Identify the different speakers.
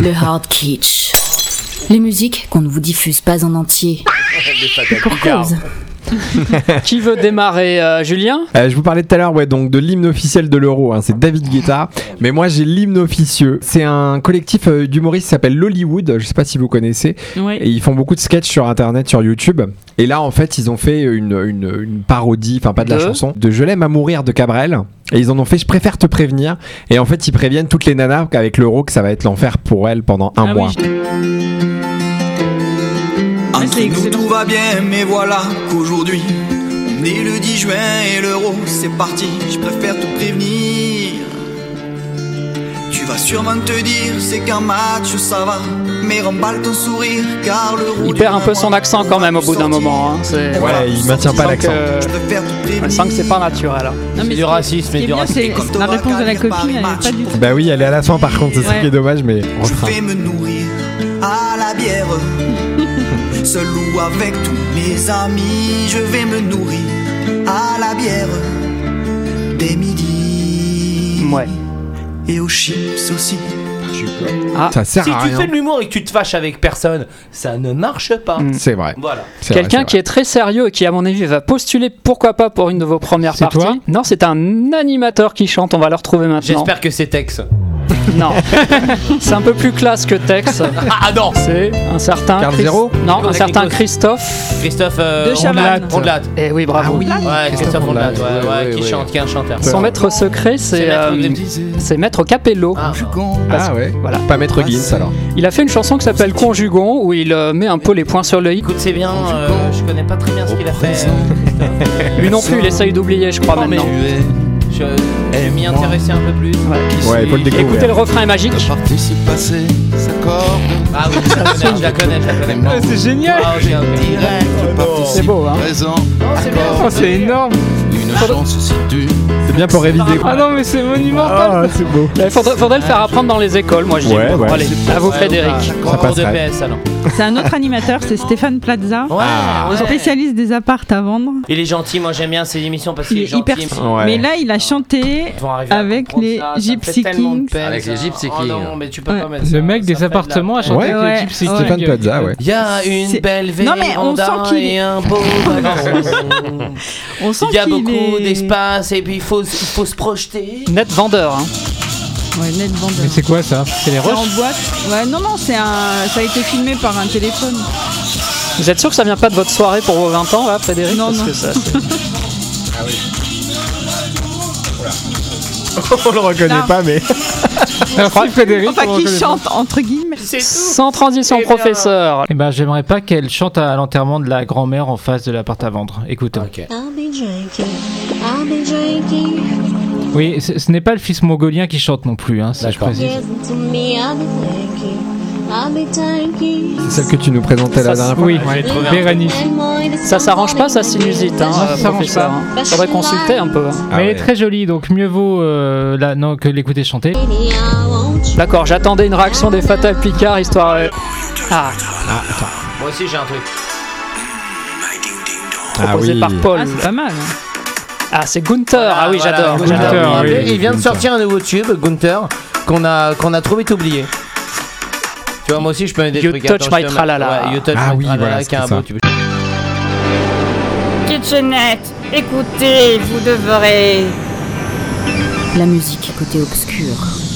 Speaker 1: Le hard kitsch. Les musiques qu'on ne vous diffuse pas en entier. Pour cause.
Speaker 2: Qui veut démarrer euh, Julien
Speaker 3: Euh, je vous parlais tout à l'heure ouais, donc de l'hymne officiel de l'euro, hein, c'est David Guetta. Mais moi j'ai l'hymne officieux. C'est un collectif euh, d'humoristes qui s'appelle Lollywood, je sais pas si vous connaissez.
Speaker 4: Ouais.
Speaker 3: Et ils font beaucoup de sketchs sur internet, sur YouTube. Et là en fait ils ont fait une, une- une parodie, enfin pas de la
Speaker 2: De
Speaker 3: chanson, de Je l'aime à mourir de Cabrel. Et ils en ont fait Je préfère te prévenir. Et en fait ils préviennent toutes les nanas qu'avec l'euro que ça va être l'enfer pour elles pendant un
Speaker 4: Ah
Speaker 3: mois.
Speaker 4: oui, je- Ah,
Speaker 5: Entre
Speaker 4: c'est
Speaker 5: nous
Speaker 4: excellent.
Speaker 5: tout va bien, mais voilà qu'aujourd'hui, on est le 10 juin et l'euro, c'est parti, je préfère te prévenir. Tu vas sûrement te dire, c'est qu'un match, ça va, mais remballe ton sourire, car l'euro.
Speaker 2: Il
Speaker 5: du
Speaker 2: perd un peu
Speaker 5: mois,
Speaker 2: son accent
Speaker 5: on
Speaker 2: quand
Speaker 5: va
Speaker 2: même au
Speaker 5: nous
Speaker 2: bout d'un
Speaker 5: sortir.
Speaker 2: moment. hein. C'est-
Speaker 5: On
Speaker 3: Ouais,
Speaker 5: va
Speaker 3: il
Speaker 5: nous
Speaker 3: maintient
Speaker 5: sortir.
Speaker 3: pas l'accent.
Speaker 2: Euh,
Speaker 5: Je préfère te prévenir.
Speaker 2: On sent que c'est pas naturel.
Speaker 4: Non, mais
Speaker 6: C'est
Speaker 4: ce qui-
Speaker 6: du racisme
Speaker 4: ce qui
Speaker 6: et
Speaker 4: est
Speaker 6: du
Speaker 4: bien,
Speaker 6: racisme.
Speaker 4: c'est la réponse de la copine, elle est pas du tout.
Speaker 3: Bah oui, elle est à la fin par contre, c'est ça
Speaker 4: Ouais.
Speaker 3: qui est dommage, mais on
Speaker 5: Je
Speaker 3: fera.
Speaker 5: vais me nourrir à la bière, seul ou avec tous mes amis. Je vais me nourrir à la bière dès midi.
Speaker 2: Ouais.
Speaker 5: Et aux chips aussi.
Speaker 3: Ça sert
Speaker 6: Si
Speaker 3: à
Speaker 6: tu
Speaker 3: rien.
Speaker 6: fais de l'humour et que tu te fâches avec personne, ça ne marche pas.
Speaker 3: C'est vrai.
Speaker 6: Voilà.
Speaker 3: c'est vrai,
Speaker 2: Quelqu'un
Speaker 3: c'est
Speaker 2: qui est très sérieux et qui, à mon avis, va postuler pourquoi pas pour une de vos premières
Speaker 3: C'est
Speaker 2: parties.
Speaker 3: toi
Speaker 2: non, c'est un animateur qui chante. On va le retrouver maintenant.
Speaker 6: J'espère que c'est Tex.
Speaker 2: Non. c'est un peu plus classe que Tex.
Speaker 6: Ah, ah, non
Speaker 2: C'est un certain.
Speaker 3: Carl
Speaker 2: Chris-
Speaker 3: Zéro
Speaker 2: Non, un
Speaker 6: Nicolas
Speaker 2: certain
Speaker 6: Nikos.
Speaker 2: Christophe.
Speaker 6: Christophe euh,
Speaker 4: De Chavannes.
Speaker 6: Ondelat. Ondelat.
Speaker 2: Eh oui,
Speaker 3: Ah
Speaker 2: bravo.
Speaker 6: Ouais, Christophe Ondelat, ouais,
Speaker 3: Ouais,
Speaker 6: ouais,
Speaker 3: ouais,
Speaker 6: qui
Speaker 3: ouais.
Speaker 6: chante, qui est un chanteur.
Speaker 2: Son maître secret, c'est
Speaker 6: Maître
Speaker 2: euh,
Speaker 6: Gims.
Speaker 2: c'est Maître Capello.
Speaker 6: Ah,
Speaker 3: Ah ouais,
Speaker 2: Voilà.
Speaker 3: Pas mettre Guinness alors.
Speaker 2: Il a fait une chanson qui s'appelle Conjugon où il euh, met un peu les points sur le i.
Speaker 6: écoute, c'est bien, euh, je connais pas très bien ce qu'il a fait.
Speaker 2: Lui non plus, il essaye d'oublier, je crois
Speaker 7: Oh,
Speaker 6: Non, mais
Speaker 2: maintenant.
Speaker 6: je je vais m'y intéresser un peu plus.
Speaker 3: Ouais, il faut le
Speaker 2: Écoutez, le
Speaker 3: découvrir.
Speaker 2: refrain est magique.
Speaker 6: Ah oui, je la connais, je la connais, je la connais.
Speaker 7: C'est génial
Speaker 6: Ah, j'ai un direct.
Speaker 2: C'est beau, hein.
Speaker 7: Oh, C'est énorme
Speaker 3: C'est bien pour réviser.
Speaker 7: Ah non mais c'est monumental
Speaker 3: Ah, c'est beau.
Speaker 2: Il faudrait, faudrait le faire apprendre dans les écoles, moi je dis.
Speaker 3: Ouais,
Speaker 2: Bon,
Speaker 3: ouais.
Speaker 2: Allez, à vous Frédéric.
Speaker 3: Ça
Speaker 6: Cours de
Speaker 3: passerait.
Speaker 6: PS alors.
Speaker 4: C'est un autre animateur, c'est Stéphane Plaza.
Speaker 6: Ouais, ouais.
Speaker 4: Spécialiste des appartes à vendre.
Speaker 6: Il est gentil, moi j'aime bien ses émissions parce qu'il
Speaker 4: Il
Speaker 6: est
Speaker 4: est hyper.
Speaker 6: gentil.
Speaker 3: Ouais.
Speaker 4: Mais là, il a chanté
Speaker 6: Ils vont arriver à
Speaker 4: Avec
Speaker 6: comprendre
Speaker 4: les
Speaker 6: ça, ça me
Speaker 4: Gypsy
Speaker 6: fait tellement de
Speaker 4: Kings.
Speaker 6: peine,
Speaker 8: Avec les
Speaker 6: ça.
Speaker 8: Gypsy
Speaker 6: Oh
Speaker 8: Kings.
Speaker 6: non, mais tu peux pas
Speaker 4: Ouais.
Speaker 6: mettre ça,
Speaker 7: Le mec
Speaker 6: ça
Speaker 7: des
Speaker 6: fait de la
Speaker 7: appartements a
Speaker 6: peine.
Speaker 7: chanté
Speaker 4: Ouais.
Speaker 7: avec les Gypsy
Speaker 4: Ouais.
Speaker 3: Stéphane
Speaker 7: Kings.
Speaker 3: Plaza, ouais.
Speaker 6: Il y a une
Speaker 4: C'est-
Speaker 6: belle
Speaker 4: Non, mais on sent
Speaker 6: véranda
Speaker 4: qu'il-
Speaker 6: et un beau dragon.
Speaker 4: On sent
Speaker 6: Il y a
Speaker 4: qu'il
Speaker 6: beaucoup
Speaker 4: est-
Speaker 6: d'espace et puis il faut, il faut se projeter.
Speaker 2: Net vendeur, hein.
Speaker 4: Ouais, net vendeur.
Speaker 7: Mais c'est quoi ça C'est les
Speaker 4: C'est en
Speaker 7: roches
Speaker 4: boîte. Ouais, non, non, c'est un. Ça a été filmé par un téléphone.
Speaker 2: Vous êtes sûr que ça vient pas de votre soirée pour vos 20 ans, là, Frédéric
Speaker 4: Non,
Speaker 2: Parce
Speaker 4: non.
Speaker 2: que ça, c'est-
Speaker 3: On le reconnaît
Speaker 4: Là.
Speaker 3: pas, mais.
Speaker 7: Merci Frédéric
Speaker 4: Enfin,
Speaker 7: on
Speaker 4: qui
Speaker 7: reconnaît
Speaker 4: chante entre guillemets.
Speaker 6: C'est
Speaker 2: Sans transition,
Speaker 6: Eh bien.
Speaker 2: professeur.
Speaker 7: Eh ben, j'aimerais pas qu'elle chante à l'enterrement de la grand-mère en face de l'appart à vendre. Écoutez.
Speaker 9: I'll be drinking, I'll be drinking,
Speaker 7: Oui, ce ce n'est pas le fils mongolien qui chante non plus, hein, ça je
Speaker 6: D'accord.
Speaker 7: précise.
Speaker 9: listen to me, I'll be thinking, I'll be thinking.
Speaker 3: C'est celle que tu nous présentais la
Speaker 2: Ça,
Speaker 3: dernière fois.
Speaker 7: Oui,
Speaker 6: trouvé un
Speaker 7: Bérénice.
Speaker 9: And more to
Speaker 2: Ça s'arrange pas, ça sinusite, hein,
Speaker 7: Non, ça
Speaker 2: euh,
Speaker 7: s'arrange
Speaker 2: professeur.
Speaker 7: pas.
Speaker 2: hein. Faudrait consulter un peu. hein.
Speaker 3: Ah
Speaker 7: Mais elle est
Speaker 3: ouais.
Speaker 7: très jolie, donc mieux vaut euh, la- non, que l'écouter chanter.
Speaker 9: Baby, I want you.
Speaker 2: D'accord, j'attendais une réaction des Fatal Picard, histoire. euh, Ah,
Speaker 6: Moi aussi j'ai un truc.
Speaker 3: Ah
Speaker 2: posé
Speaker 3: oui.
Speaker 2: par Paul.
Speaker 4: Ah, c'est pas mal.
Speaker 2: Ah, c'est Gunther. Ah oui,
Speaker 6: Voilà,
Speaker 2: j'adore.
Speaker 6: Gunther,
Speaker 2: j'adore.
Speaker 7: Gunther,
Speaker 6: il,
Speaker 7: oui.
Speaker 6: il vient de sortir un nouveau tube, Gunther, qu'on a, qu'on a trop vite oublié. Tu vois, moi aussi je peux aider
Speaker 2: You
Speaker 6: des trucs.
Speaker 2: touch
Speaker 6: Attends, je
Speaker 2: my
Speaker 6: te mets-
Speaker 2: tralala.
Speaker 6: Ouais, you touch
Speaker 3: Ah
Speaker 6: my
Speaker 3: oui,
Speaker 6: tralala,
Speaker 3: voilà,
Speaker 6: qui est un
Speaker 3: c'était
Speaker 6: beau
Speaker 3: ça.
Speaker 6: tube.
Speaker 10: Kitchenette, écoutez, vous devrez.
Speaker 1: La musique côté obscur.